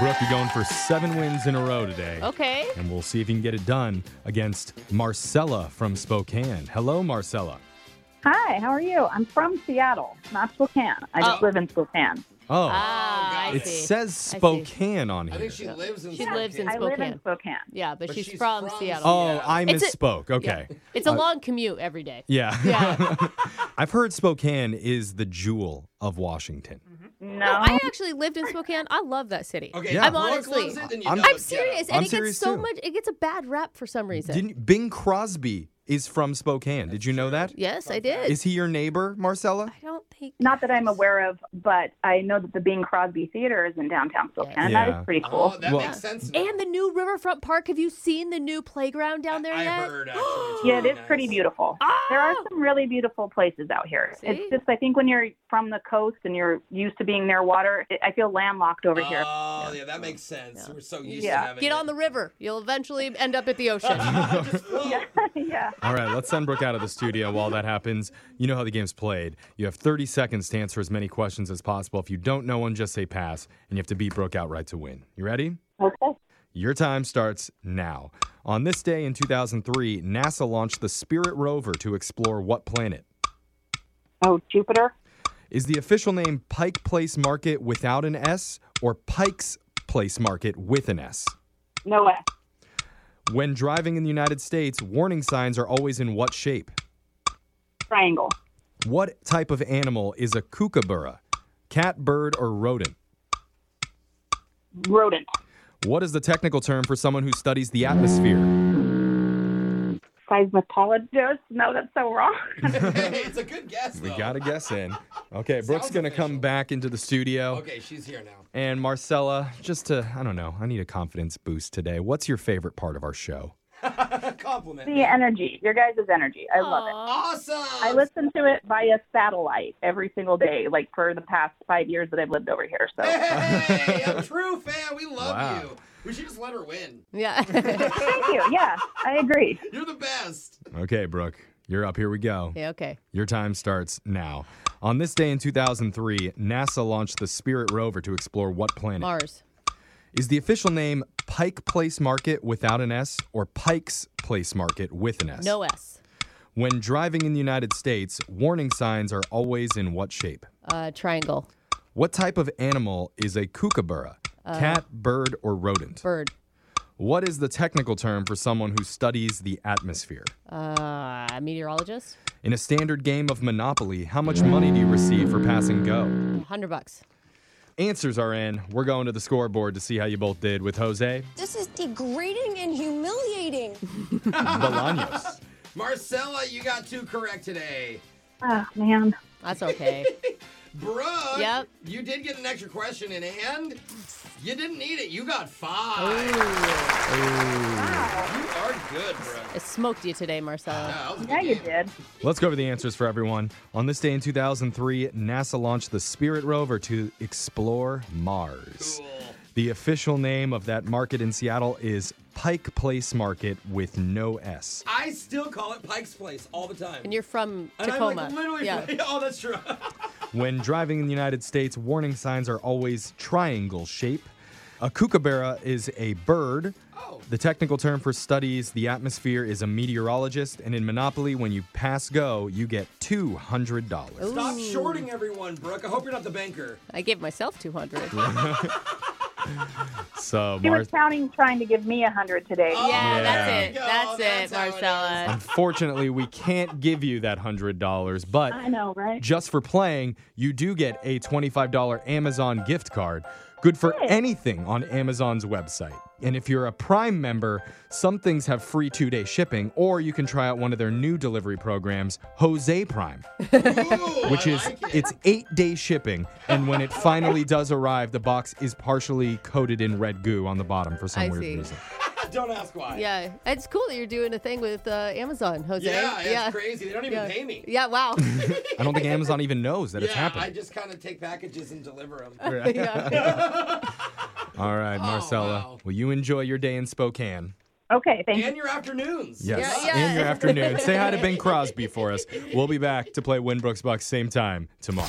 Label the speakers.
Speaker 1: Brooke, you're going for seven wins in a row today.
Speaker 2: Okay.
Speaker 1: And we'll see if you can get it done against Marcella from Spokane. Hello, Marcella.
Speaker 3: Hi, how are you? I'm from Seattle, not Spokane. I just
Speaker 2: Oh.
Speaker 3: live in Spokane.
Speaker 1: Oh,
Speaker 2: Ah, I
Speaker 1: it
Speaker 2: see.
Speaker 1: says
Speaker 2: I see.
Speaker 1: Spokane on
Speaker 4: I
Speaker 1: here.
Speaker 4: think she lives in
Speaker 2: She
Speaker 4: Spokane.
Speaker 2: lives in
Speaker 3: I live
Speaker 2: Spokane.
Speaker 3: in Spokane.
Speaker 2: Yeah, but,
Speaker 4: But
Speaker 2: she's,
Speaker 4: she's
Speaker 2: from,
Speaker 4: from
Speaker 2: Seattle.
Speaker 1: oh,
Speaker 4: Yeah.
Speaker 1: I
Speaker 2: It's a-
Speaker 1: misspoke.
Speaker 2: Yeah.
Speaker 1: okay.
Speaker 2: It's a long commute every day.
Speaker 1: Uh, Yeah.
Speaker 2: Yeah.
Speaker 1: I've heard Spokane is the jewel of Washington.
Speaker 3: No,
Speaker 2: No, Oh, I actually lived in Spokane. I love that city.
Speaker 4: Okay,
Speaker 1: Yeah.
Speaker 4: if
Speaker 2: I'm
Speaker 4: Brooke
Speaker 2: honestly-
Speaker 4: loves it, then you
Speaker 1: I'm-
Speaker 4: know
Speaker 1: I'm
Speaker 2: I'm
Speaker 4: it's
Speaker 2: serious,
Speaker 4: Seattle.
Speaker 2: and
Speaker 1: I'm
Speaker 2: it
Speaker 1: serious,
Speaker 2: gets so
Speaker 1: too.
Speaker 2: much. It gets a bad rap for some reason.
Speaker 1: Didn't Bing Crosby is from Spokane? Did you know that?
Speaker 2: yes, I did.
Speaker 1: Is he your neighbor, Marcella?
Speaker 2: I don't think.
Speaker 3: not that I'm aware of, but I know that the Bing Crosby Theater is in downtown Spokane. That
Speaker 1: Yeah.
Speaker 3: is pretty cool.
Speaker 4: Oh, that
Speaker 1: Well-
Speaker 4: makes sense. now.
Speaker 2: And the new Riverfront Park. Have you seen the new playground down there
Speaker 4: I
Speaker 2: yet?
Speaker 4: heard, actually, it's
Speaker 3: yeah, it is
Speaker 4: nice.
Speaker 3: pretty beautiful. There are some really beautiful places out here.
Speaker 2: Oh. See?
Speaker 3: It's just I think when you're from the coast and you're used to being near water, it, I feel landlocked over here.
Speaker 4: Oh, yeah, that makes sense.
Speaker 2: Yeah.
Speaker 4: We're so used
Speaker 3: Yeah.
Speaker 4: to having
Speaker 2: Get on the river. You'll eventually end up at the ocean.
Speaker 4: the.
Speaker 2: Oh.
Speaker 3: yeah.
Speaker 1: All right, let's send Brooke out of the studio while that happens. You know how the game's played. You have 30 seconds to answer as many questions as possible. If you don't know one, just say pass, and you have to beat Brooke outright to win. You ready?
Speaker 3: Okay.
Speaker 1: Your time starts now. On this day in 2003, NASA launched the Spirit rover to explore what planet?
Speaker 3: Oh, Jupiter.
Speaker 1: Is the official name Pike Place Market without an S or Pike's Place Market with an S?
Speaker 3: No way.
Speaker 1: When driving in the United States, warning signs are always in what shape?
Speaker 3: Triangle.
Speaker 1: What type of animal is a kookaburra? Cat, bird, or rodent?
Speaker 3: Rodent.
Speaker 1: What is the technical term for someone who studies the atmosphere?
Speaker 3: Seismologist. No, that's so wrong.
Speaker 4: hey, it's a good guess, though.
Speaker 1: We got a guess in. Okay, Brooke's
Speaker 4: Sounds
Speaker 1: going to come
Speaker 4: official.
Speaker 1: back into the studio.
Speaker 4: Okay, she's here now.
Speaker 1: And Marcella, just to, I don't know, I need a confidence boost today. What's your favorite part of our show?
Speaker 4: Compliment.
Speaker 3: the energy. Your guys' energy. I love it.
Speaker 2: Aw.
Speaker 4: Awesome.
Speaker 3: I listen to it via satellite every single day, like for the past five years that I've lived over here. So
Speaker 4: Hey, a true fan. We love
Speaker 1: Wow.
Speaker 4: you. We should just let her win.
Speaker 2: Yeah.
Speaker 3: thank you. Yeah, I agree.
Speaker 4: You're the best.
Speaker 1: Okay, Brooke, you're up. Here we go.
Speaker 2: yeah. Okay.
Speaker 1: Your time starts now. On this day in 2003, NASA launched the Spirit rover to explore what planet?
Speaker 2: Mars.
Speaker 1: Is the official name Pike Place Market without an S or Pike's Place Market with an S?
Speaker 2: No S.
Speaker 1: When driving in the United States, warning signs are always in what shape?
Speaker 2: Uh, triangle.
Speaker 1: What type of animal is a kookaburra? Cat, bird, or rodent?
Speaker 2: Bird.
Speaker 1: What is the technical term for someone who studies the atmosphere?
Speaker 2: Uh, meteorologist.
Speaker 1: In a standard game of Monopoly, how much money do you receive for passing go?
Speaker 2: Hundred bucks.
Speaker 1: Answers are in. We're going to the scoreboard to see how you both did with Jose
Speaker 5: This is degrading and humiliating.
Speaker 1: Bolaños.
Speaker 4: Marcella, you got two correct today.
Speaker 3: Oh man.
Speaker 2: That's okay.
Speaker 4: Brooke,
Speaker 2: Yep.
Speaker 4: you did get an extra question in, and you didn't need it. You got five.
Speaker 2: Ooh.
Speaker 3: Wow.
Speaker 4: You are good, Brooke.
Speaker 2: I smoked you today, Marcella.
Speaker 4: Yeah, that was a good
Speaker 3: Yeah, you
Speaker 4: game.
Speaker 3: did.
Speaker 1: Let's go over the answers for everyone. On this day in 2003, NASA launched the Spirit rover to explore Mars.
Speaker 4: Cool.
Speaker 1: The official name of that market in Seattle is Pike Place Market with no S.
Speaker 4: I still call it Pike's Place all the time.
Speaker 2: And you're from
Speaker 4: And
Speaker 2: Tacoma.
Speaker 4: I'm like literally.
Speaker 2: yeah.
Speaker 4: oh, that's true.
Speaker 1: When driving in the United States, warning signs are always triangle shape. A kookaburra is a bird.
Speaker 4: Oh.
Speaker 1: The technical term for studies the atmosphere is a meteorologist. And in Monopoly, when you pass go, you get $200.
Speaker 4: Stop shorting everyone, Brooke. I hope you're not the banker.
Speaker 2: I gave myself 200.
Speaker 1: So,
Speaker 3: She
Speaker 1: Mar-
Speaker 3: was counting trying to give me a hundred today.
Speaker 4: Oh,
Speaker 2: Yeah, that's it.
Speaker 4: Yo,
Speaker 2: That's,
Speaker 4: that's
Speaker 2: it,
Speaker 4: how it
Speaker 2: Marcella.
Speaker 1: unfortunately, we can't give you that $100, but
Speaker 3: I know, right?
Speaker 1: just for playing, you do get a $25 Amazon gift card, good for anything on Amazon's website. And if you're a Prime member, some things have free two day shipping, or you can try out one of their new delivery programs, Jose Prime,
Speaker 4: Ooh,
Speaker 1: which
Speaker 4: I
Speaker 1: is
Speaker 4: like it.
Speaker 1: it's eight day shipping. And when it finally does arrive, the box is partially coated in red goo on the bottom for some
Speaker 2: I
Speaker 1: weird
Speaker 2: see.
Speaker 1: reason.
Speaker 4: Don't ask why.
Speaker 2: Yeah, it's cool that you're doing a thing with uh, Amazon, Jose.
Speaker 4: Yeah, it's
Speaker 2: yeah.
Speaker 4: crazy. They don't even
Speaker 2: Yeah.
Speaker 4: pay me.
Speaker 2: Yeah, wow.
Speaker 1: I don't think Amazon even knows that
Speaker 4: Yeah,
Speaker 1: it's
Speaker 4: I
Speaker 1: happening.
Speaker 4: just kind of take packages and deliver them.
Speaker 2: yeah.
Speaker 1: All right, Marcella,
Speaker 2: Oh,
Speaker 4: wow.
Speaker 1: will you enjoy your day in Spokane?
Speaker 3: Okay, thank you.
Speaker 4: and your afternoons.
Speaker 1: Yes.
Speaker 2: Yeah,
Speaker 1: In your
Speaker 2: yeah.
Speaker 1: afternoon. Say hi to Ben Crosby for us. We'll be back to play Winbrook's Bucks same time tomorrow.